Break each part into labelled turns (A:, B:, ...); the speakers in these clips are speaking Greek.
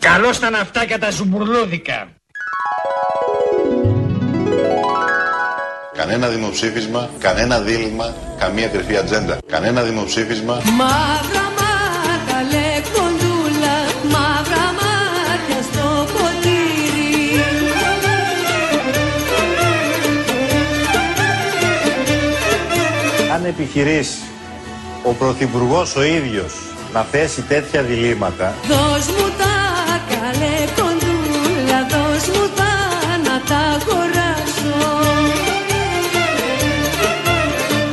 A: Καλώ ήταν αυτά και τα ζουμπουρλούδικα.
B: Κανένα δημοψήφισμα, κανένα δίλημα, καμία κρυφή ατζέντα. Κανένα δημοψήφισμα.
C: Μαύρα μάτια λεκοντούλα, μαύρα μάτια στο ποτήρι.
D: Αν επιχειρήσει ο Πρωθυπουργός ο ίδιος να θέσει τέτοια διλήμματα,
C: Δώσ' μου τα καλεκοντούλα, δώσ' μου τα να τα αγοράσω.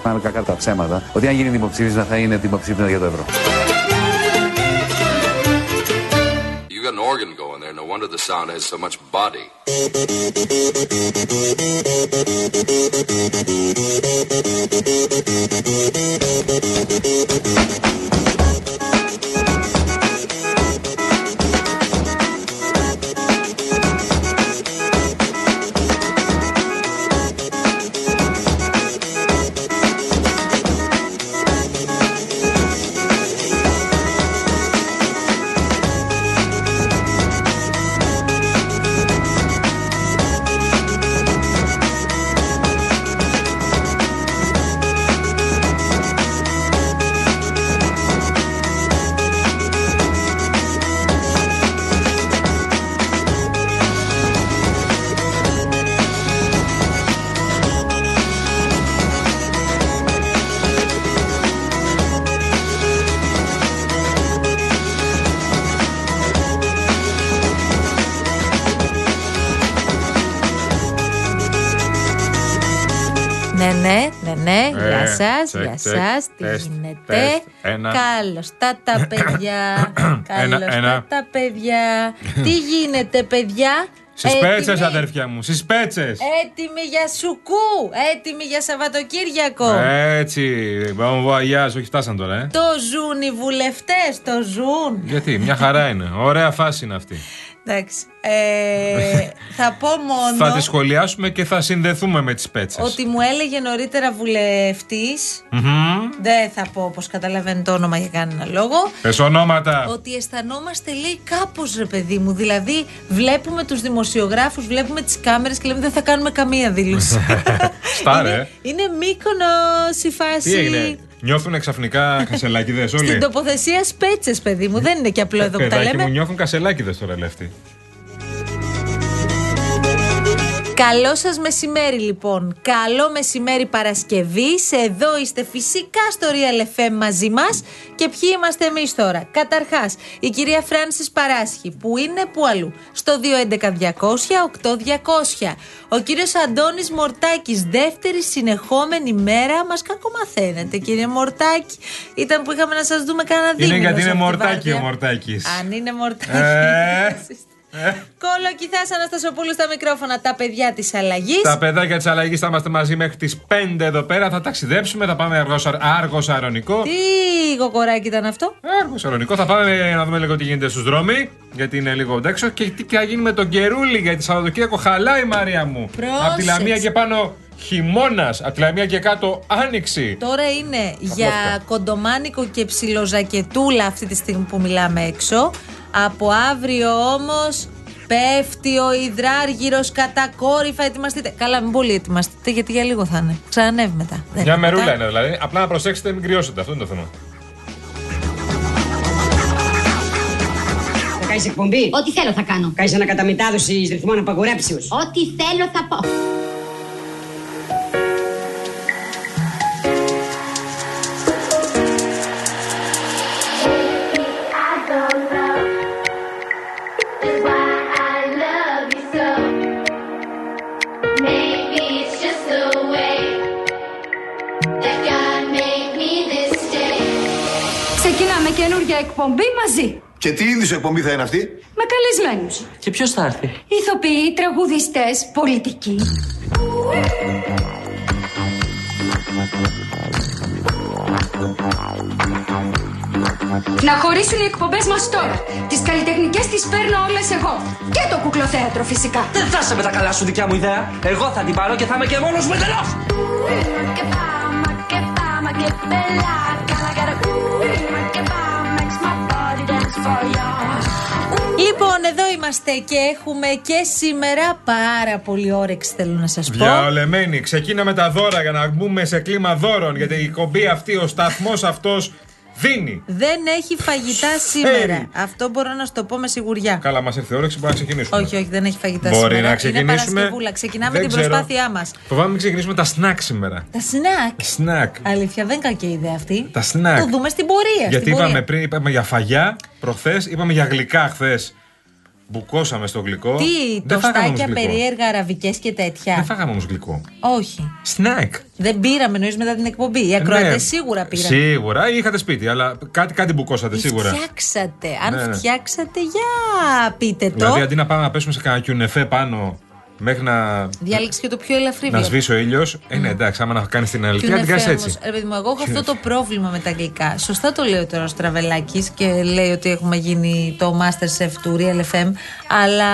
E: Πάμε κακά τα ψέματα ότι αν γίνει δημοψήφισμα θα είναι δημοψήφισμα για το ευρώ.
F: You got an organ going there. No wonder the sound has so much body.
G: Ναι, ναι, ναι, ναι.
H: Ε,
G: γεια σας,
H: τσεκ,
G: γεια
H: τσεκ,
G: σας. Τι
H: τεστ,
G: γίνεται.
H: τεστ, ένα.
G: Καλώς τα τα παιδιά. Καλώς
H: Ένα,
G: τα
H: ένα.
G: τα παιδιά. Τι γίνεται, παιδιά.
H: Στις
G: Έτοιμοι?
H: πέτσε, αδέρφια μου, στις πέτσες.
G: Έτοιμοι για σουκού. Έτοιμοι για Σαββατοκύριακο.
H: Ναι. Έτσι. Bon voyage, όχι φτάσαν τώρα, ε.
G: Το ζουν οι βουλευτές, το ζουν.
H: Γιατί, μια χαρά είναι. Ωραία φάση είναι αυτή.
G: Εντάξει. Ε, θα πω μόνο.
H: Θα τη σχολιάσουμε και θα συνδεθούμε με τις πέτσες.
G: Ότι μου έλεγε νωρίτερα βουλευτής. Δεν θα πω όπω καταλαβαίνει το όνομα για κανένα λόγο.
H: Πες ονόματα.
G: Ότι αισθανόμαστε λέει κάπως ρε παιδί μου Δηλαδή βλέπουμε τους δημοσιογράφους Βλέπουμε τις κάμερες και λέμε δεν θα κάνουμε καμία δήλωση
H: Στάρε.
G: είναι, είναι Μύκονος η φάση
H: Τι έγινε. Νιώθουν ξαφνικά κασελάκιδες
G: Στην
H: όλοι.
G: τοποθεσία σπέτσες παιδί μου Δεν είναι και απλό εδώ που τα
H: Ε, Παιδάκι μου,
G: λέμε
H: νιώθουν κασελάκιδες τώρα, λεφτή.
G: Καλό σας μεσημέρι λοιπόν Καλό μεσημέρι Παρασκευής Εδώ είστε φυσικά στο Real FM μαζί μας Και ποιοι είμαστε εμείς τώρα Καταρχάς η κυρία Φράνσις Παράσχη Που είναι που αλλού Στο 211-200-8200 Ο κύριος Αντώνης Μορτάκης Δεύτερη συνεχόμενη μέρα Μας κακομαθαίνετε κύριε Μορτάκη Ήταν που είχαμε να σας δούμε κανένα
H: Είναι
G: δίμηνο
H: γιατί
G: σε
H: είναι
G: αυτή τη
H: μορτάκι ο
G: βάρδια.
H: Μορτάκης.
G: Αν είναι Μορτάκης
H: Ε, ε.
G: Κολοκυθά Αναστασοπούλου στα μικρόφωνα, τα παιδιά της αλλαγής.
H: Τα παιδάκια της αλλαγής θα είμαστε μαζί μέχρι τις 5 εδώ πέρα. Θα ταξιδέψουμε, θα πάμε αργός αρωνικό.
G: Τι κοκοράκι ήταν αυτό.
H: Άργος αρωνικό. Ε, Θα πάμε να δούμε λίγο τι γίνεται στους δρόμοι. Γιατί είναι λίγο έξω. Και τι θα γίνει με τον καιρούλι. Γιατί Σαββατοκύριακο χαλάει η Μαρία μου.
G: Πρόσεξε.
H: Απ' τη λαμία και πάνω χειμώνας. Απ' τη λαμία και κάτω άνοιξη.
G: Τώρα είναι για κοντομάνικο και ψιλοζακετούλα αυτή τη στιγμή που μιλάμε έξω. Από αύριο όμως πέφτει ο υδράργυρος κατακόρυφα. Ετοιμαστείτε. Καλά, μην πολύ ετοιμαστείτε γιατί για λίγο θα είναι. Ξανανεύει μετά. Δεν
H: Μια
G: είναι
H: μερούλα
G: μετά.
H: είναι δηλαδή. Απλά να προσέξετε, μην κρυώσετε. Αυτό είναι το θέμα.
I: Θα κάνεις εκπομπή.
J: Ό,τι θέλω θα κάνω.
I: Κάνεις ανακαταμετάδοση ρυθμών απαγορέψεω.
J: Ό,τι θέλω θα πω.
C: Ξεκινάμε καινούργια εκπομπή μαζί.
B: Και τι είδους εκπομπή θα είναι αυτή.
C: Με καλεσμένους.
K: Και ποιος θα έρθει.
C: Ηθοποιοί, τραγουδιστές, πολιτικοί. Να χωρίσουν οι εκπομπές μας τώρα. Τις καλλιτεχνικές τις παίρνω όλες εγώ. Και το κουκλοθέατρο φυσικά.
K: Δεν θα είσαι με τα καλά σου δικιά μου ιδέα. Εγώ θα την πάρω και θα είμαι και μόνος μου εντελώς.
G: Λοιπόν, Λοιπόν, εδώ είμαστε και έχουμε και σήμερα πάρα πολύ όρεξη θέλω να σας πω.
H: Διαολεμένη. Ξεκίναμε τα δώρα για να μπούμε σε κλίμα δώρων. Γιατί η κομπή αυτή, ο σταθμός αυτός δίνει.
G: Δεν έχει φαγητά σήμερα. Αυτό μπορώ να σου το πω με σιγουριά.
H: Καλά, μας ήρθε η όρεξη, μπορούμε να ξεκινήσουμε.
G: Όχι, όχι, δεν έχει φαγητά
H: Μπορεί
G: σήμερα.
H: να ξεκινήσουμε.
G: Είναι Παρασκευούλα. Ξεκινάμε
H: Δεν
G: την
H: ξέρω.
G: προσπάθειά μας.
H: Φοβάμαι μην ξεκινήσουμε τα σνακ σήμερα.
G: Τα σνακ.
H: Σνακ.
G: Αλήθεια, δεν κακή ιδέα αυτή.
H: Τα σνακ.
G: Το δούμε στην πορεία.
H: Γιατί
G: Ε, στην πορεία.
H: είπαμε πριν, είπαμε για φαγιά προχθές, είπαμε για γλυκά χθες. Μπουκώσαμε στο γλυκό. δεν
G: Τι
H: φάγαμε όμως
G: τοστάκια
H: γλυκό.
G: περίεργα, αραβικές και τέτοια.
H: Δεν φάγαμε όμως γλυκό.
G: Όχι.
H: Σνακ.
G: Δεν πήραμε, εννοείς μετά την εκπομπή.
H: Ε,
G: Οι ακροατές
H: ναι.
G: σίγουρα πήραν.
H: Σίγουρα, ή είχατε σπίτι, αλλά κάτι, κάτι μπουκώσατε σίγουρα.
G: Φτιάξατε. Αν
H: Ναι, ναι.
G: φτιάξατε, για πείτε το.
H: Δηλαδή, αντί να πάμε να πέσουμε σε κανένα κιουνεφέ πάνω μέχρι να,
G: Διάλεξε και το πιο ελαφρύ
H: να
G: βιβλίο.
H: σβήσει ο ήλιος. Ε, ναι, εντάξει, άμα να κάνεις την αναλυτική, να την
G: Κιουνεφέ
H: κάνει
G: όμως, ε,
H: έτσι.
G: Ρε παιδί μου, εγώ έχω αυτό το πρόβλημα με τα αγγλικά. Σωστά το λέει τώρα ο Στραβελάκης και λέει ότι έχουμε γίνει το Masterchef του Real FM. Αλλά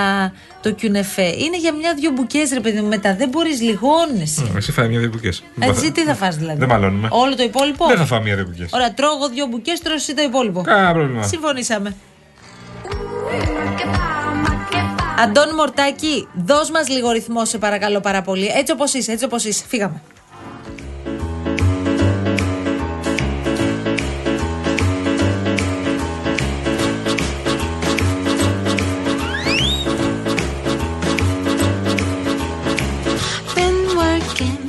G: το κιουνεφέ είναι για μια-δυο μπουκές, ρε παιδί μου. Μετά δεν μπορείς, λιγώνεσαι.
H: Μ, Εσύ φάει μια-δύο μπουκές.
G: Έτσι, Ε, τι θα φας δηλαδή.
H: Δεν μαλώνουμε.
G: Όλο το υπόλοιπο.
H: Δεν θα φάω μία-δύο μπουκές.
G: Ωραία, τρώω εγώ δύο μπουκές, τρώω εσύ το υπόλοιπο.
H: Κανένα πρόβλημα.
G: Συμφωνήσαμε. Αντώνη Μορτάκη, δώσ' μας λίγο ρυθμό σε παρακαλώ πάρα πολύ. Έτσι όπως είσαι, έτσι όπως είσαι. Φύγαμε.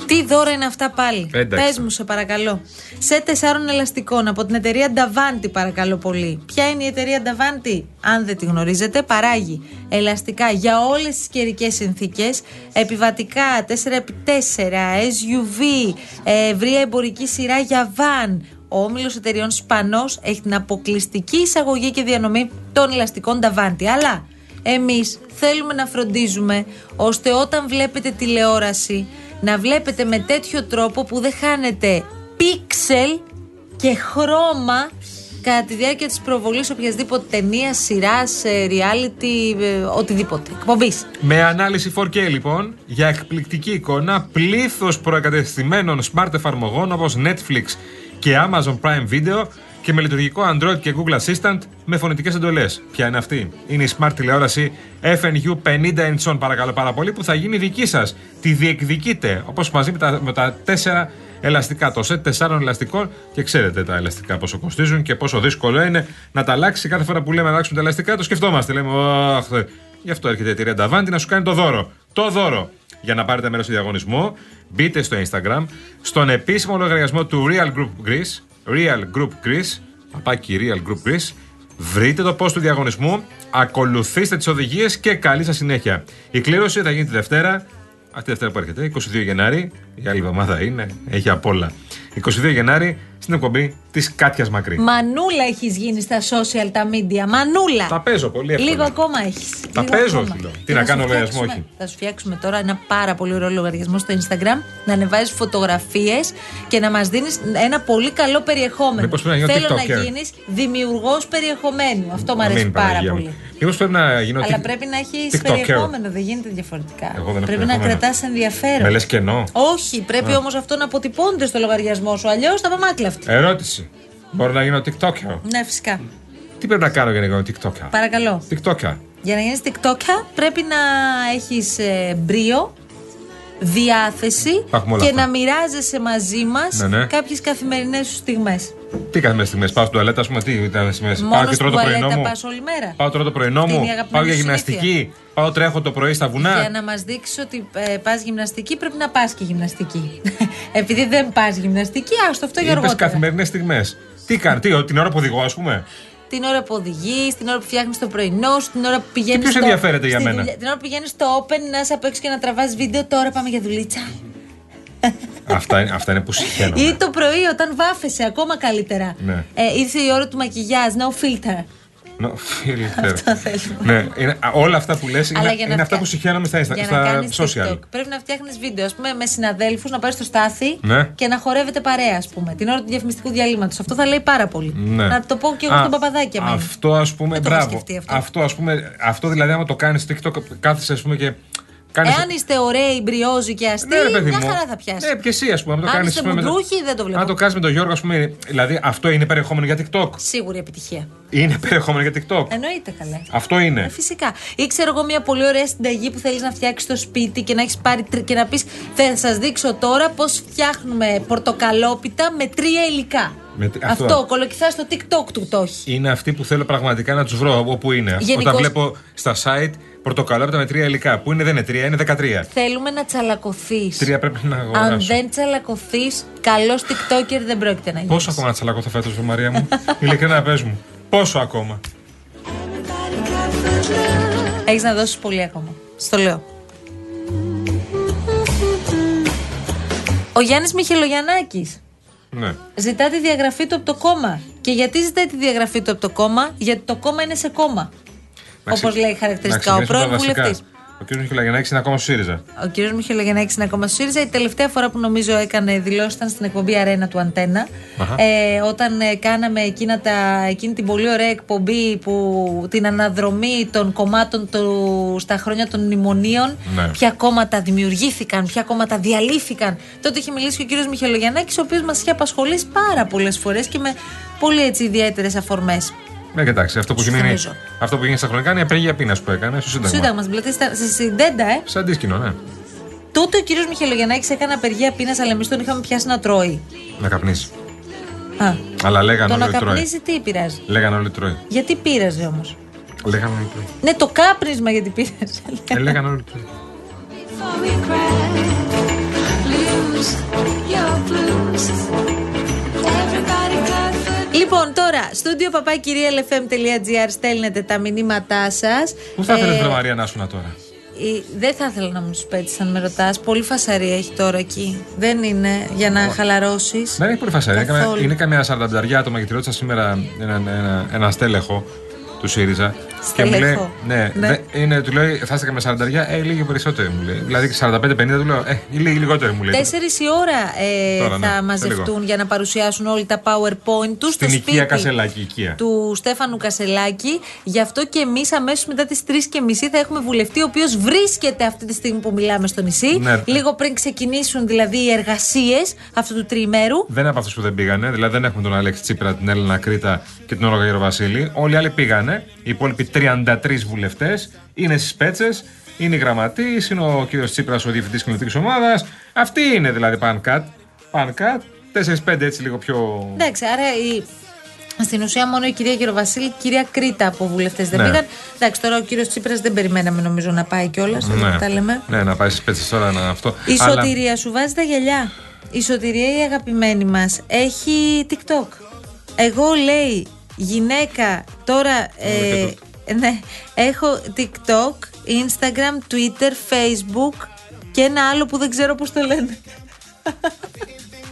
G: Τι δώρα είναι αυτά πάλι.
H: Εντάξει.
G: Πες μου, σε παρακαλώ. Σε τεσσάρων ελαστικών από την εταιρεία Davanti, παρακαλώ πολύ. Ποια είναι η εταιρεία Davanti, αν δεν τη γνωρίζετε, παράγει ελαστικά για όλες τις καιρικές συνθήκες, επιβατικά 4x4, SUV, ε, ευρεία εμπορική σειρά για βαν. Ο όμιλος εταιρεών Σπανός έχει την αποκλειστική εισαγωγή και διανομή των ελαστικών Davanti. Αλλά εμείς θέλουμε να φροντίζουμε ώστε όταν βλέπετε τηλεόραση να βλέπετε με τέτοιο τρόπο που δεν χάνετε πίξελ και χρώμα κατά τη διάρκεια της προβολής οποιασδήποτε ταινία, σειράς, ε, reality, ε, οτιδήποτε, εκπομπής.
H: Με ανάλυση 4K λοιπόν, για εκπληκτική εικόνα, πλήθος προεκατεστημένων smart εφαρμογών όπως Netflix και Amazon Prime Video και με λειτουργικό Android και Google Assistant με φωνητικές εντολές. Ποια είναι αυτή? Είναι η smart τηλεόραση FNU 50 inch παρακαλώ πάρα πολύ που θα γίνει δική σας. Τη διεκδικείτε όπως μαζί με τα, με τα τέσσερα ελαστικά, το σετ τεσσάρων ελαστικών και ξέρετε τα ελαστικά πόσο κοστίζουν και πόσο δύσκολο είναι να τα αλλάξει. Κάθε φορά που λέμε να αλλάξουμε τα ελαστικά το σκεφτόμαστε. Λέμε, «Αχ, θε». Γι' αυτό έρχεται η εταιρεία Νταβάντι να σου κάνει το δώρο. Το δώρο! Για να πάρετε μέρος στο διαγωνισμό, μπείτε στο Instagram, στον επίσημο λογαριασμό του Real Group Greece, Real Group Greece, παπάκι Real Group Greece, βρείτε το post του διαγωνισμού, ακολουθήστε τις οδηγίες και καλή σας συνέχεια. Η κλήρωση θα γίνει τη Δευτέρα, αυτή η Δευτέρα που έρχεται, 22 Γενάρη, η άλλη εβδομάδα είναι, έχει απ' όλα. 22 Γενάρη στην εκπομπή της Κάτιας Μακρύ.
G: Μανούλα έχεις γίνει στα social, τα media. Μανούλα.
H: Τα παίζω πολύ εύκολα.
G: Λίγο ακόμα έχεις.
H: Τα παίζω, όχι, λέω. Τι να κάνω, λογαριασμό, όχι.
G: Θα σου φτιάξουμε τώρα ένα πάρα πολύ ωραίο λογαριασμό στο Instagram, να ανεβάζει φωτογραφίες και να μας δίνεις ένα πολύ καλό περιεχόμενο.
H: Μήπως πρέπει να γίνω
G: Θέλω να
H: TikToker.
G: γίνεις δημιουργός περιεχομένου. Αυτό μου
H: Αμήν,
G: αρέσει πάρα
H: Παναγία μου.
G: πολύ.
H: Μήπως πρέπει να γίνω.
G: Αλλά
H: τι-
G: πρέπει να έχεις
H: TikToker.
G: περιεχόμενο, δεν γίνεται διαφορετικά.
H: Εγώ δεν έχω
G: πρέπει να
H: περιεχόμενο.
G: κρατάς ενδιαφέρον.
H: Με λες κενό.
G: Όχι, πρέπει όμως αυτό να αποτυπώνεται στο λογαριασμό σου. Αλλιώς θα πάμε άκλαυτοι.
H: Ερώτηση. Μπορώ να γίνω TikToker.
G: Ναι, φυσικά.
H: Τι πρέπει να κάνω για να γίνω TikToker.
G: Παρακαλώ.
H: TikToker.
G: Για να γίνεις TikToker πρέπει να έχεις ε, μπρίο, διάθεση
H: Τα έχουμε όλα
G: και
H: αυτά.
G: να μοιράζεσαι μαζί μας
H: Ναι, ναι.
G: κάποιες καθημερινές σου στιγμές.
H: Τι καθημερινές στιγμές. Πάω στην τουαλέτα, ας πούμε, τι ήταν στιγμέ. Πάω
G: Μόνο
H: και τρώω το
G: στην
H: πρωινό
G: τουαλέτα
H: μου.
G: πας όλη μέρα.
H: Πάω τρώω το πρωινό
G: Αυτή
H: μου.
G: είναι η αγαπημένη
H: Πάω για
G: σου
H: γυμναστική. Πάω τρέχω το πρωί στα
G: Για
H: βουνά.
G: να μας δείξεις ότι ε, πας γυμναστική πρέπει να πας και γυμναστική. Επειδή δεν πας γυμναστική, άστο αυτό για
H: Είπες
G: αργότερα.
H: καθημερινές στιγμές. Τι κάνω, τι, την ώρα που οδηγώ, ας πούμε.
G: Την ώρα που οδηγείς, την ώρα που φτιάχνεις το πρωινό σου, την ώρα που πηγαίνεις.
H: ποιος ενδιαφέρεται για μένα?
G: Την ώρα που πηγαίνεις στο open, να είσαι απ' έξω και να τραβάς βίντεο. Τώρα πάμε για δουλίτσα.
H: αυτά, είναι, αυτά είναι που συχαίνομαι.
G: Ή το πρωί όταν βάφεσαι, ακόμα καλύτερα.
H: Ναι.
G: Ε, ήρθε η ώρα του μακιγιάζ, no filter.
H: No, φίλε, ξέρω.
G: Αυτό θέλουμε.
H: ναι, είναι, α, όλα αυτά που λες είναι,
G: Αλλά για να
H: είναι αυτά
G: φτιά-
H: που συχαίνομαι στα,
G: Για
H: insta-
G: να
H: στα
G: κάνεις
H: social.
G: TikTok. Πρέπει να φτιάχνεις βίντεο, ας πούμε, με συναδέλφους, να πάρεις το στάθι
H: Ναι.
G: και να χορεύετε παρέα, ας πούμε, την ώρα του διαφημιστικού διαλύματος. Αυτό θα λέει πάρα πολύ.
H: Ναι.
G: Να το πω και εγώ
H: Α,
G: στον παπαδάκι εμένα.
H: Αυτό ας πούμε,
G: Δεν το είχα
H: μπράβο.
G: σκεφτεί αυτό.
H: Αυτό. ας πούμε, αυτό δηλαδή άμα το κάνεις TikTok κάθεσαι ας πούμε και Κάνεις-
G: Εάν είστε ωραίοι, μπριόζοι και αστεί,
H: Ναι, ρε παιδί
G: μια
H: μου.
G: χαρά θα πιάσει.
H: Ναι, και εσύ, ας πούμε. Αν το
G: Αν
H: κάνεις,
G: είστε
H: ας πούμε, με το-
G: μουντρούχοι, δεν το βλέπω.
H: Αν το κάνεις με τον Γιώργο, ας πούμε. Δηλαδή, αυτό είναι περιεχόμενο για TikTok.
G: Σίγουρη επιτυχία.
H: Είναι περιεχόμενο για TikTok.
G: Εννοείται καλέ.
H: Αυτό είναι.
G: Ε, Φυσικά. Ή ξέρω εγώ μια πολύ ωραία συνταγή που θέλεις να φτιάξεις στο σπίτι και να, έχεις πάρει, τρι- και να πεις: Θα σας δείξω τώρα πώς φτιάχνουμε πορτοκαλόπιτα με τρία υλικά.
H: Με τρι-
G: Αυτό,
H: αυτό.
G: κολοκυθά στο TikTok του το έχει.
H: Είναι αυτοί που θέλω πραγματικά να τους βρω όπου είναι.
G: Γενικώς-
H: Όταν βλέπω στα site πορτοκαλόπιτα με τρία υλικά. Που είναι δεν είναι τρία, είναι 13.
G: Θέλουμε να τσαλακωθείς.
H: Τρία πρέπει να
G: Αν
H: αγοράσω.
G: δεν τσαλακωθείς, καλός TikToker δεν πρόκειται να γίνεις.
H: Πόσο ακόμα να τσαλακωθώ φέτος, Μαρία μου. Ειλικρινά πες μου. Πόσο ακόμα.
G: Έχεις να δώσεις πολύ ακόμα. Στο λέω. Ο Γιάννης Μιχελογιαννάκης
H: Ναι.
G: ζητά τη διαγραφή του από το κόμμα. Και γιατί ζητάει τη διαγραφή του από το κόμμα, Γιατί το κόμμα είναι σε κόμμα.
H: Να ξε-
G: Όπω λέει χαρακτηριστικά
H: να
G: ο πρώην
H: ξεκινήσουμε τα βασικά.
G: βουλευτή.
H: Ο κ. Μιχελαγενάκη είναι ακόμα στο ΣΥΡΙΖΑ.
G: Ο κ. Μιχελογεννάκη είναι ακόμα στο ΣΥΡΙΖΑ. Η τελευταία φορά που νομίζω έκανε δηλώσεις ήταν στην εκπομπή Αρένα του Αντένα.
H: Αχα.
G: Ε, όταν ε, κάναμε εκείνα τα, εκείνη την πολύ ωραία εκπομπή που την αναδρομή των κομμάτων του, στα χρόνια των μνημονίων.
L: Ναι.
G: Ποια κόμματα δημιουργήθηκαν, ποια κόμματα διαλύθηκαν. Τότε είχε μιλήσει και ο κ. Μιχελογεννάκη, ο οποίος μας είχε απασχολήσει πάρα πολλές φορές και με πολύ έτσι ιδιαίτερες αφορμές.
H: Ναι, κοιτάξτε, αυτό που έχει μείνει-
G: Συμφωνήσω.
H: αυτό που έγινε στα χρονικά είναι η απεργία πείνας που έκανε στο Σύνταγμα.
G: Σύνταγμα, δηλαδή στα- στη συντέντα, ε.
H: Σε αντίσκηνο, ναι.
G: Τότε ο κύριος Μιχελογεννάκη έκανε απεργία πείνας, αλλά εμείς τον είχαμε πιάσει να τρώει.
H: Να καπνίσει.
G: Α,
H: Αλλά λέγανε
G: το να
H: όλοι τρώει.
G: καπνίζει τι πειράζει.
H: Λέγανε όλοι τρώει.
G: Γιατί πείραζε όμως.
H: Λέγανε όλοι τρώει.
G: Ναι, το κάπνισμα γιατί πείραζε.
H: Ε, λέγανε όλοι τρώει.
G: Λοιπόν, τώρα, στούντιο παπάκυριαλεφm.gr στέλνετε τα μηνύματά σας.
H: Πού
G: Ε,
H: θα ήθελες, Μαρία, να ήσουν τώρα.
G: Δεν θα ήθελα να μου τους πέτσει αν με ρωτάς. Πολύ φασαρία έχει τώρα εκεί. Δεν είναι για να χαλαρώσεις.
H: Δεν έχει πολύ φασαρία. Ναι, Είναι καμιά-
G: Καθόλου.
H: Είναι καμιά σαρανταριά άτομα γιατί ρώτησα σήμερα έναν- ένα, ένα στέλεχο του ΣΥΡΙΖΑ.
G: Στέλεχο.
H: ναι,
G: Ναι.
H: δε- είναι, του λέει, θα είστε με σαρανταριά, ε, λίγοι περισσότεροι μου λέει. Δηλαδή 45-50 του λέω, ε, λίγοι λιγότεροι μου λέει.
G: Τέσσερις η ώρα ε,
H: Τώρα, ναι,
G: θα
H: σε
G: μαζευτούν
H: λίγο.
G: για να παρουσιάσουν όλοι τα PowerPoint τους στο
H: Στην
G: σπίτι.
H: οικία Κασελάκη, οικία.
G: του Στέφανου Κασελάκη. Γι' αυτό και εμείς αμέσως μετά τις 3 και μισή θα έχουμε βουλευτή, ο οποίος βρίσκεται αυτή τη στιγμή που μιλάμε στο νησί.
H: Ναι.
G: Λίγο πριν ξεκινήσουν δηλαδή οι εργασίες αυτού του τριημέρου.
H: Δεν είναι από αυτούς που δεν πήγανε. Δηλαδή δεν έχουμε τον Αλέξη Τσίπρα, την Έλληνα Κρήτα και τον Όλογα Γερο Βασίλη. Όλοι οι άλλοι πήγανε. Οι υπόλοιποι 33 βουλευτές είναι στις πέτσες. Είναι οι γραμματείς, είναι ο κύριος Τσίπρας, ο διευθυντής κοινωνική ομάδα. Αυτοί είναι δηλαδή πανκάτ. Πανκάτ. 4-5 έτσι λίγο πιο.
G: Εντάξει, άρα η... στην ουσία μόνο η κυρία Γεροβασίλη και η κυρία Κρήτα από βουλευτές δεν
H: Ναι.
G: πήγαν. Εντάξει, τώρα ο κύριος Τσίπρας δεν περιμέναμε νομίζω να πάει κιόλας. Ναι. Τα λέμε.
H: ναι, να πάει στις πέτσες τώρα να αυτό.
G: Η
H: Αλλά-
G: σωτηρία σου βάζει τα γυαλιά. Η σωτηρία η αγαπημένη μας έχει TikTok. Εγώ λέει γυναίκα τώρα. Ε, ναι, έχω TikTok, Instagram, Twitter, Facebook και ένα άλλο που δεν ξέρω πώς το λένε.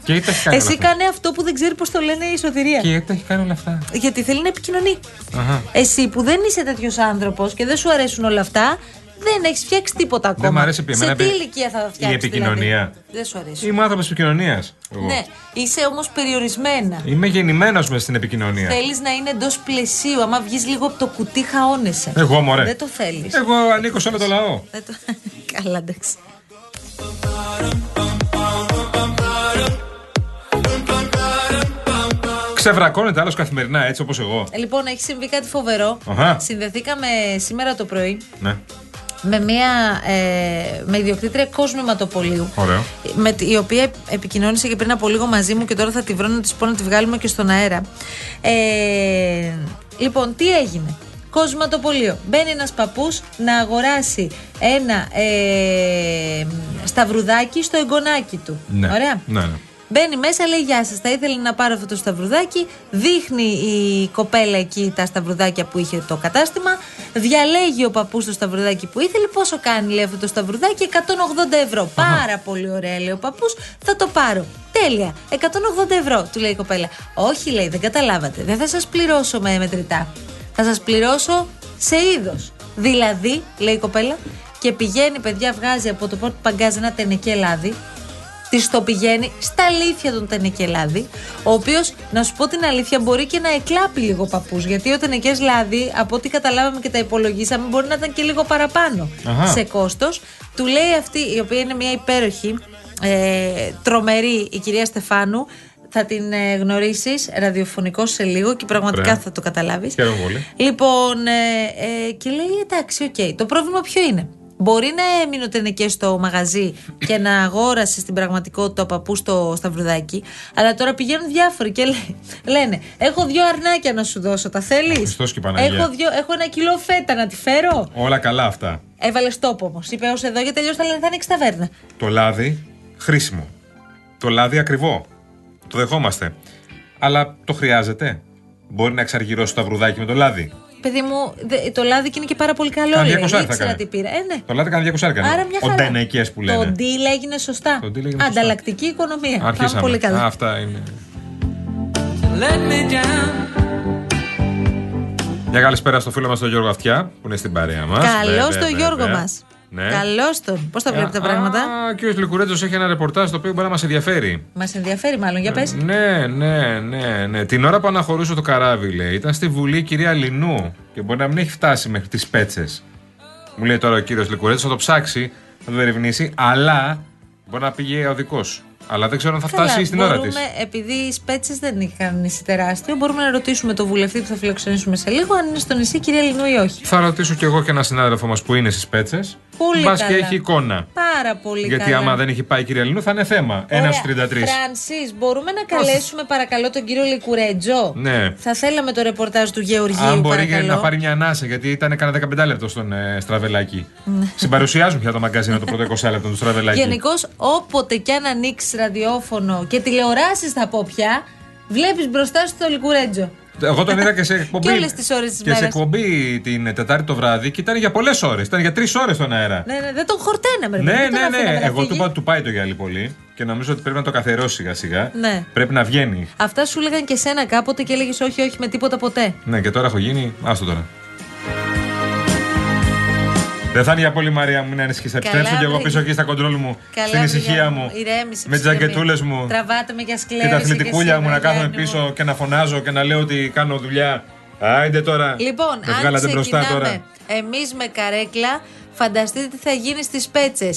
H: Και γιατί τα έχει κάνει
G: Εσύ
H: όλα αυτά.
G: κάνε αυτό που δεν ξέρει πώς το λένε η σωτηρία.
H: Και γιατί τα έχει κάνει όλα αυτά.
G: Γιατί θέλει να επικοινωνεί.
H: Αχα.
G: Εσύ που δεν είσαι τέτοιος άνθρωπος και δεν σου αρέσουν όλα αυτά, δεν έχεις φτιάξει τίποτα ακόμα.
H: μ' αρέσει επί-
G: Σε
H: εμένα
G: τι
H: επί-
G: ηλικία θα φτιάξει.
H: η επικοινωνία.
G: Δεν σου αρέσει.
H: Είμαι άνθρωπος επικοινωνίας.
G: Ναι, είσαι όμως περιορισμένα.
H: Είμαι γεννημένος μες στην επικοινωνία.
G: Θέλεις να είναι εντός πλαισίου. Άμα βγεις λίγο από το κουτί, χαώνεσαι.
H: Εγώ, μωρέ.
G: Δεν το θέλεις.
H: Εγώ ανήκω σε όλο το λαό.
G: Δεν το... Καλά, εντάξει.
H: Ξεβρακώνεται άλλος καθημερινά έτσι όπως εγώ.
G: Λοιπόν, έχει συμβεί κάτι φοβερό.
H: Αχα.
G: Συνδεθήκαμε σήμερα το πρωί
H: Ναι,
G: με μία ε, με ιδιοκτήτρια κοσμηματοπολίου.
H: ωραίο.
G: με, τη- η οποία επικοινώνησε και πριν από λίγο μαζί μου και τώρα θα τη βρω να της πω να τη βγάλουμε και στον αέρα. Ε, λοιπόν, τι έγινε. Κοσματοπολείο. Μπαίνει ένας παππούς να αγοράσει ένα ε, σταυρουδάκι στο εγγονάκι του.
H: Ναι.
G: Ωραία.
H: Ναι, ναι.
G: Μπαίνει μέσα, λέει Γεια σας. Θα ήθελα να πάρω αυτό το σταυρουδάκι. Δείχνει η κοπέλα εκεί τα σταυρουδάκια που είχε το κατάστημα. Διαλέγει ο παππούς το σταυρουδάκι που ήθελε. Πόσο κάνει, λέει αυτό το σταυρουδάκι, 180 ευρώ. Πάρα πολύ ωραία, λέει ο παππούς. Θα το πάρω. Τέλεια. 180 ευρώ, του λέει η κοπέλα. Όχι, λέει, δεν καταλάβατε. Δεν θα σας πληρώσω με μετρητά. Θα σας πληρώσω σε είδος. Δηλαδή, λέει η κοπέλα, και πηγαίνει, παιδιά, βγάζει από το πόρτο παγκάζ ένα τενεκέ λάδι της το πηγαίνει στα αλήθεια τον Τενεκελάδη, ο οποίος, να σου πω την αλήθεια, μπορεί και να εκλάπει λίγο παππούς. Γιατί ο Τενεκελάδη, από ό,τι καταλάβαμε και τα υπολογίσαμε, μπορεί να ήταν και λίγο παραπάνω
L: Αχα.
G: σε κόστος. Του λέει αυτή, η οποία είναι μια υπέροχη, ε, τρομερή, η κυρία Στεφάνου. Θα την ε, γνωρίσεις ραδιοφωνικός σε λίγο και πραγματικά
H: Ωραία.
G: θα το καταλάβεις.
H: Χαίρομαι πολύ.
G: Λοιπόν, ε, ε, και λέει εντάξει, οκ. Το πρόβλημα ποιο είναι. Μπορεί να έμεινε ο Τενεκέ στο μαγαζί και να αγόρασε στην πραγματικότητα ο παππούς στο σταυρουδάκι. Αλλά τώρα πηγαίνουν διάφοροι και λέ- λένε: Έχω δύο αρνάκια να σου δώσω, τα θέλεις.
H: Χριστός και Παναγία.
G: Έχω, δύο, έχω ένα κιλό φέτα να τη φέρω.
H: Όλα καλά αυτά.
G: Έβαλες τόπο όμως. Είπε ως εδώ γιατί τελειώ θα λένε θα ανοίξει ταβέρνα.
H: Το λάδι, χρήσιμο. Το λάδι ακριβό. Το δεχόμαστε. Αλλά το χρειάζεται. Μπορεί να εξαργυρώσει το αυρουδάκι με το λάδι.
G: Παιδί μου, δε- το λάδι και είναι και πάρα πολύ καλό.
H: Κάνει
G: λέει.
H: 200 θα
G: Ήξερα
H: κάνει.
G: τι πήρα. Ε, ναι.
H: Το λάδι κάνει 200 άρκα.
G: Άρα μια
H: Ο
G: χαρά.
H: Ντενεκές που λένε.
G: Το deal έγινε σωστά.
H: Το deal έγινε
G: Ανταλλακτική οικονομία. Ε, Πάμε
H: Αρχίσαμε.
G: πολύ καλά.
H: Α, αυτά είναι.
K: Let me down.
H: Μια καλησπέρα στο φίλο μας τον Γιώργο Αυτιά που είναι στην παρέα μας.
G: Καλώς τον Γιώργο μας.
H: Ναι.
G: Καλώς τον. Πώς τα βλέπει τα
H: Α,
G: πράγματα.
H: Ο κ. Λικουρέτζος έχει ένα ρεπορτάζ το οποίο μπορεί να μας ενδιαφέρει.
G: Μας ενδιαφέρει μάλλον, για πες.
H: Ναι, ναι, ναι, ναι. Την ώρα που αναχωρούσε το καράβι, λέει, ήταν στη Βουλή η κυρία Λινού και μπορεί να μην έχει φτάσει μέχρι τις πέτσες. Μου λέει τώρα ο κύριος Λικουρέτζος, θα το ψάξει, θα το ερευνήσει, αλλά μπορεί να πήγε ο δικός. Αλλά δεν ξέρω αν θα φτάσει στην ώρα της.
G: Επειδή οι σπέτσε δεν είχαν νησί τεράστιο, μπορούμε να ρωτήσουμε το βουλευτή που θα φιλοξενήσουμε σε λίγο αν είναι στο νησί, κυρία Λινού ή όχι.
H: Θα ρωτήσω κι εγώ και ένα συνάδελφο μας που είναι στις πέτσες.
G: Πολύ
H: Μπας και
G: καλά.
H: έχει εικόνα.
G: Πάρα πολύ
H: Γιατί
G: καλά.
H: άμα δεν έχει πάει η κυρία Λινού θα είναι θέμα. Ένα 33.
G: Φρανσίς, μπορούμε να καλέσουμε παρακαλώ τον κύριο Λικουρέτζο.
H: Ναι.
G: Θα θέλαμε το ρεπορτάζ του Γεωργίου,
H: Αν μπορεί
G: παρακαλώ.
H: να πάρει μια ανάσα, γιατί ήταν κανένα 15 λεπτό στον ε, Στραβελάκη.
G: Ναι.
H: Συμπαρουσιάζουν πια τα μαγκαζίνα το πρώτο 20 λεπτό του Στραβελάκη.
G: Γενικώς, όποτε κι αν ανοίξει ραδιόφωνο και τηλεοράσεις, θα πω πια, βλέπεις μπροστά σου το Λικουρέτζο.
H: Εγώ τον είδα και σε εκπομπή.
G: Και όλες τις ώρες της
H: και σε
G: μέρας.
H: εκπομπή την Τετάρτη το βράδυ και ήταν για πολλές ώρες. Ήταν για τρεις ώρες στον αέρα.
G: Ναι, ναι, δεν τον χορτέναμε. ρε
H: Ναι,
G: παιδί, δεν τον
H: ναι, ναι.
G: αφήναμε να
H: Εγώ του
G: φύγει.
H: είπα ότι του πάει το γυαλί πολύ και νομίζω ότι πρέπει να το καθιερώσει σιγά σιγά.
G: Ναι.
H: Πρέπει να βγαίνει.
G: Αυτά σου λέγαν και σένα κάποτε και έλεγες όχι, όχι με τίποτα ποτέ.
H: Ναι, και τώρα έχω γίνει. Άστο τώρα. Δεν θα είναι για πολύ Μαρία μου, είναι ανησυχή. Θα
G: Καλά,
H: επιστρέψω και εγώ
G: βρήκε.
H: πίσω εκεί στα κοντρόλ μου, στην ησυχία
G: Βρυγιάννη
H: μου,
G: Ηρέμησε,
H: με τις
G: ψυχραιμία.
H: τζακετούλε μου
G: Τραβάτε με για σκλέρωση.
H: και τα αθλητικούλια μου να κάθομαι
G: κάνουμε
H: πίσω και να φωνάζω και να λέω ότι κάνω δουλειά. Άιντε τώρα.
G: Λοιπόν,
H: με
G: αν
H: βγάλατε μπροστά
G: ξεκινάμε
H: τώρα.
G: εμείς με καρέκλα, φανταστείτε τι θα γίνει στις πέτσες.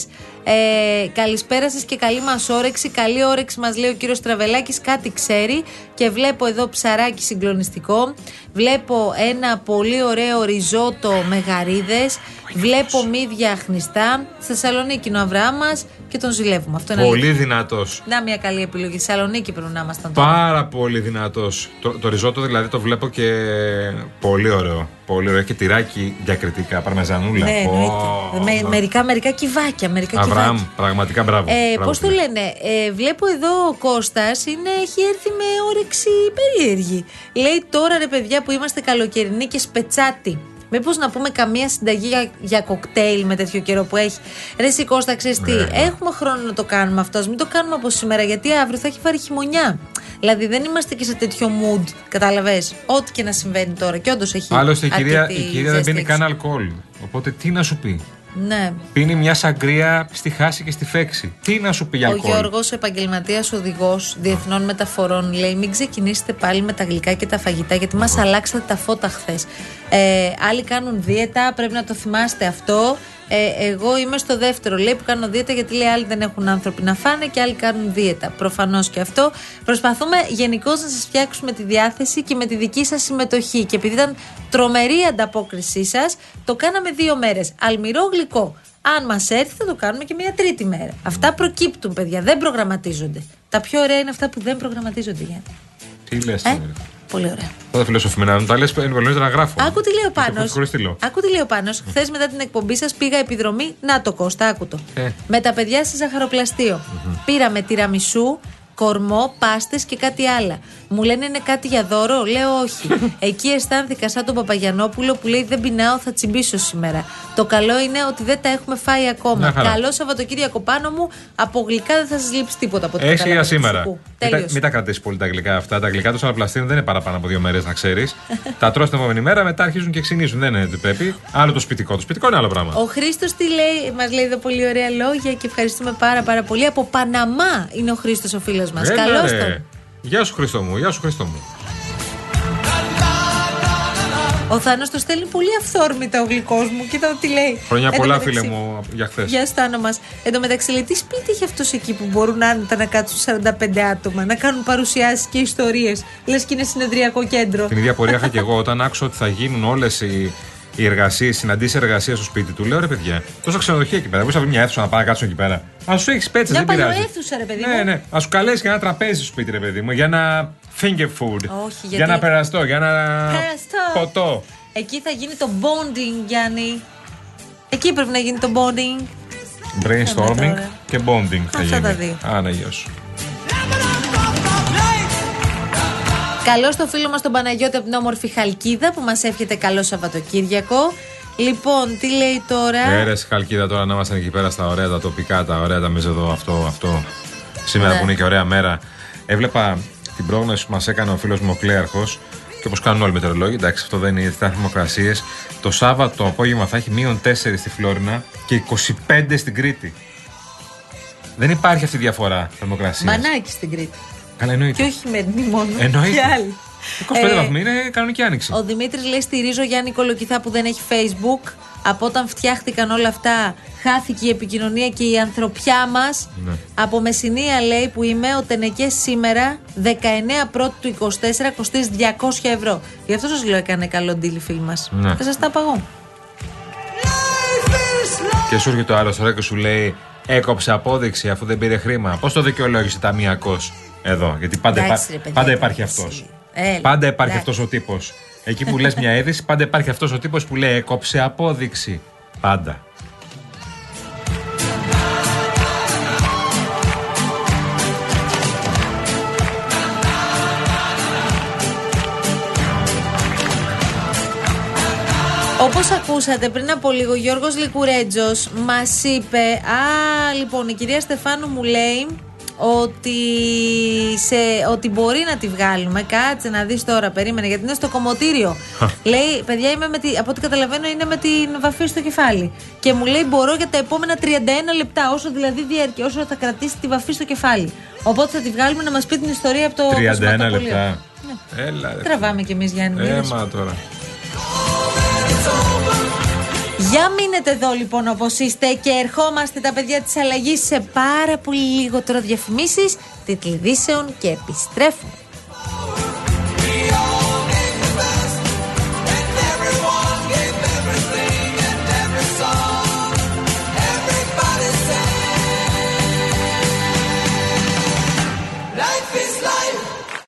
G: Ε, καλησπέρα σα και καλή μας όρεξη. Καλή όρεξη μας λέει ο κύριος Τραβελάκης. Κάτι ξέρει και βλέπω εδώ ψαράκι συγκλονιστικό. Βλέπω ένα πολύ ωραίο ριζότο με γαρίδες. Βλέπω μύδια χνηστά. Στη Θεσσαλονίκη είναι ο Αβραάμ μας και τον ζηλεύουμε. Αυτό είναι
H: Πολύ
G: αλήθεια.
H: δυνατός.
G: Να μια καλή επιλογή. Στη Θεσσαλονίκη πρέπει να ήμασταν τώρα.
H: Πάρα πολύ δυνατός. Το, το ριζότο δηλαδή το βλέπω και πολύ ωραίο. Πολύ ωραίο. Έχει τυράκι διακριτικά, παρμεζανούλα.
G: Ναι,
H: Πω,
G: εννοείται. Με- μερικά, μερικά κυβάκια. Μερικά
H: Αβραάμ,
G: κυβάκια.
H: πραγματικά μπράβο.
G: Ε,
H: Μπράβο,
G: Πώς το
H: φίλε.
G: λένε, ε, βλέπω εδώ ο Κώστας έχει έρθει με όρεξη περίεργη. Λέει τώρα ρε παιδιά που είμαστε καλοκαιρινοί και σπετσάτη. Μήπως να πούμε καμία συνταγή για, για κοκτέιλ με τέτοιο καιρό που έχει. Ρε εσύ Κώστα, ξέρεις
H: Ναι,
G: τι, έχουμε χρόνο να το κάνουμε αυτό. ας Μην το κάνουμε από σήμερα, γιατί αύριο θα έχει φάρει χειμωνιά. Δηλαδή δεν είμαστε και σε τέτοιο mood, κατάλαβε. Ό,τι και να συμβαίνει τώρα. Και όντως έχει.
H: Άλλωστε η κυρία, η
G: αρκετή
H: κυρία δεν πίνει
G: ζέστη
H: καν αλκοόλ. Οπότε τι να σου πει.
G: έξω. Ναι.
H: Πίνει μια σαγκρία στη χάση και στη φέξη. Τι να σου πει για
G: Ο
H: αλκοόλ.
G: Γιώργος, επαγγελματίας οδηγός διεθνών μεταφορών, λέει: Μην ξεκινήσετε πάλι με τα γλυκά και τα φαγητά, γιατί μας αλλάξατε τα φώτα χθες. Ε, άλλοι κάνουν δίαιτα, πρέπει να το θυμάστε αυτό. Ε, εγώ είμαι στο δεύτερο, λέει, που κάνω δίαιτα, γιατί λέει: Άλλοι δεν έχουν άνθρωποι να φάνε και άλλοι κάνουν δίαιτα. Προφανώς και αυτό. Προσπαθούμε γενικώ να σας φτιάξουμε τη διάθεση και με τη δική σας συμμετοχή. Και επειδή ήταν τρομερή η ανταπόκρισή σας, το κάναμε δύο μέρες. Αλμυρό γλυκό. Αν μας έρθει, θα το κάνουμε και μια τρίτη μέρα. Αυτά προκύπτουν, παιδιά. Δεν προγραμματίζονται. Τα πιο ωραία είναι αυτά που δεν προγραμματίζονται, Γιάννη.
H: Τι λες.
G: Ε, πολύ ωραία.
H: Θα τα φιλοσοφούμε να τα λες να γράφω.
G: Άκου τι λέει ο
H: Και
G: Πάνο.
H: το χωριστήλω.
G: Άκου τι λέει ο Πάνος. Χθες μετά την εκπομπή σας πήγα επιδρομή. Να το Κώστα, άκου το.
H: Ε.
G: Με τα παιδιά σε ζαχαροπλαστειο Πήραμε τυραμισού, κορμό, πάστες και κάτι άλλα. Μου λένε είναι κάτι για δώρο, λέω όχι. Εκεί αισθάνθηκα σαν τον Παπαγιανόπουλο που λέει Δεν πεινάω, θα τσιμπήσω σήμερα. Το καλό είναι ότι δεν τα έχουμε φάει ακόμα.
H: Μια χαρά.
G: Καλό Σαββατοκύριακο πάνω μου. Από γλυκά δεν θα σας λείψει τίποτα από ό,τι
H: Έχει για
G: κατάλαβα του
H: σήμερα.
G: Φουκού.
H: Μην τα,
G: Τέλειος.
H: μην τα κρατήσεις πολύ τα γλυκά αυτά. Τα γλυκά τους αναπλαστήρων δεν είναι παραπάνω από δύο μέρες, να ξέρεις. τα τρώ την επόμενη μέρα, μετά αρχίζουν και ξυνίζουν. Δεν είναι ότι πρέπει. Άλλο το σπιτικό. Το σπιτικό είναι άλλο πράγμα.
G: Ο Χρήστος τι λέει, μας λέει εδώ πολύ ωραία λόγια και ευχαριστούμε πάρα πάρα πολύ. Από Παναμά είναι ο Χρήστος ο φίλος μας.
H: Έλα,
G: Καλώς
H: ρε.
G: τον.
H: Γεια σου, Χριστό μου. Γεια σου, Χριστό μου.
G: Ο Θάνος το στέλνει πολύ αυθόρμητα ο γλυκός μου. Κοίτα τι λέει.
H: Χρόνια
G: Εν τω
H: πολλά,
G: μεταξύ-
H: φίλε μου, για χθες.
G: Γεια Στάνο μας. Εν τω μεταξύ, λέει, τι σπίτι έχει αυτός εκεί που μπορούν άνετα να κάτσουν 45 άτομα, να κάνουν παρουσιάσεις και ιστορίες. Λες και είναι συνεδριακό κέντρο.
H: Την ίδια πορεία είχα και εγώ όταν άκουσα ότι θα γίνουν όλες οι, οι εργασίες, οι συναντήσεις εργασίας στο σπίτι του. Λέω ρε παιδιά, τόσα ξενοδοχεία εκεί πέρα. Μπορούσα να βρει μια αίθουσα να πάω να κάτσω εκεί πέρα. Α σου έχεις πέτσε,
G: Μια
H: δεν πειράζει.
G: παλιοαίθουσα, ρε παιδί
H: Ναι,
G: μου.
H: ναι. Α σου καλέσει και ένα τραπέζι στο σπίτι, ρε παιδί μου, για ένα finger food.
G: Όχι,
H: Για
G: γιατί-
H: να περαστώ, για ένα
G: Περαστώ.
H: ποτό.
G: Εκεί θα γίνει το bonding, Γιάννη. Εκεί πρέπει να γίνει το bonding.
H: Brainstorming
G: τώρα.
H: και bonding θα
G: Αυτά τα
H: γίνει. Άρα, γεια σου.
G: Καλό στο φίλο μας τον Παναγιώτη από την όμορφη Χαλκίδα που μας εύχεται καλό Σαββατοκύριακο. Λοιπόν, τι λέει τώρα.
H: Έρεσε χαλκίδα τώρα να ήμασταν εκεί πέρα στα ωραία τα τοπικά, τα ωραία τα μέσα εδώ, αυτό, αυτό. Σήμερα
G: Ναι.
H: που είναι και ωραία μέρα. Έβλεπα την πρόγνωση που μας έκανε ο φίλος μου ο Κλέαρχος και όπως κάνουν όλοι οι μετεωρολόγοι, εντάξει, αυτό δεν είναι τα θερμοκρασίες. Το Σάββατο το απόγευμα θα έχει μείον 4 στη Φλόρινα και 25 στην Κρήτη. Δεν υπάρχει αυτή η διαφορά θερμοκρασίας.
G: Μανάκι στην Κρήτη.
H: Καλά, εννοείται.
G: Και όχι με μόνο.
H: Εννοείται.
G: Και άλλοι.
H: 25
G: Ε,
H: βαθμοί είναι κανονική άνοιξη.
G: Ο Δημήτρης λέει: Στηρίζω Γιάννη Κολοκυθά που δεν έχει Facebook. Από όταν φτιάχτηκαν όλα αυτά, χάθηκε η επικοινωνία και η ανθρωπιά μας.
H: Ναι.
G: Από Μεσσηνία λέει που είμαι, ο Τενεκές σήμερα, 19 πρώτου του 24, κοστίζει 200 ευρώ. Γι' αυτό σας λέω: Έκανε καλό deal, φίλοι μας.
H: Ναι.
G: Θα σας τα παγώ.
H: Και σου έρχεται ο άλλος τώρα και σου λέει Έκοψε απόδειξη αφού δεν πήρε χρήμα. Πώς το δικαιολόγησε ταμιακό εδώ, Γιατί πάντα,
G: Εντάξει,
H: υπά-
G: ρε παιδιά,
H: πάντα υπάρχει
G: εντάξει.
H: αυτός.
G: Έλα,
H: Πάντα υπάρχει
G: εντάξει.
H: αυτός ο τύπος. Εκεί που λες μια είδηση, πάντα υπάρχει αυτός ο τύπος που λέει Έκοψε απόδειξη. Πάντα.
G: Όπως ακούσατε πριν από λίγο, ο Γιώργος Λικουρέτζος μας είπε. Α, λοιπόν, η κυρία Στεφάνου μου λέει ότι, σε, ότι μπορεί να τη βγάλουμε. Κάτσε να δεις τώρα, περίμενε, γιατί είναι στο κομμωτήριο. λέει, παιδιά, είμαι με τη, από ό,τι καταλαβαίνω, είναι με την βαφή στο κεφάλι. Και μου λέει, μπορώ για τα επόμενα 31 λεπτά, όσο δηλαδή διαρκεί, όσο θα κρατήσει τη βαφή στο κεφάλι. Οπότε θα τη βγάλουμε να μας πει την ιστορία από το.
H: 31
G: κοσματοπολείο.
H: λεπτά.
G: Ναι.
H: Έλα. ρε.
G: Τραβάμε κι εμείς, Γιάννη.
H: Ε,
G: μην είδες.
H: Έμα τώρα.
G: Για μείνετε εδώ λοιπόν όπως είστε και ερχόμαστε τα παιδιά της αλλαγής σε πάρα πολύ λίγο τώρα διαφημίσεις, τίτλοι ειδήσεων και επιστρέφουμε.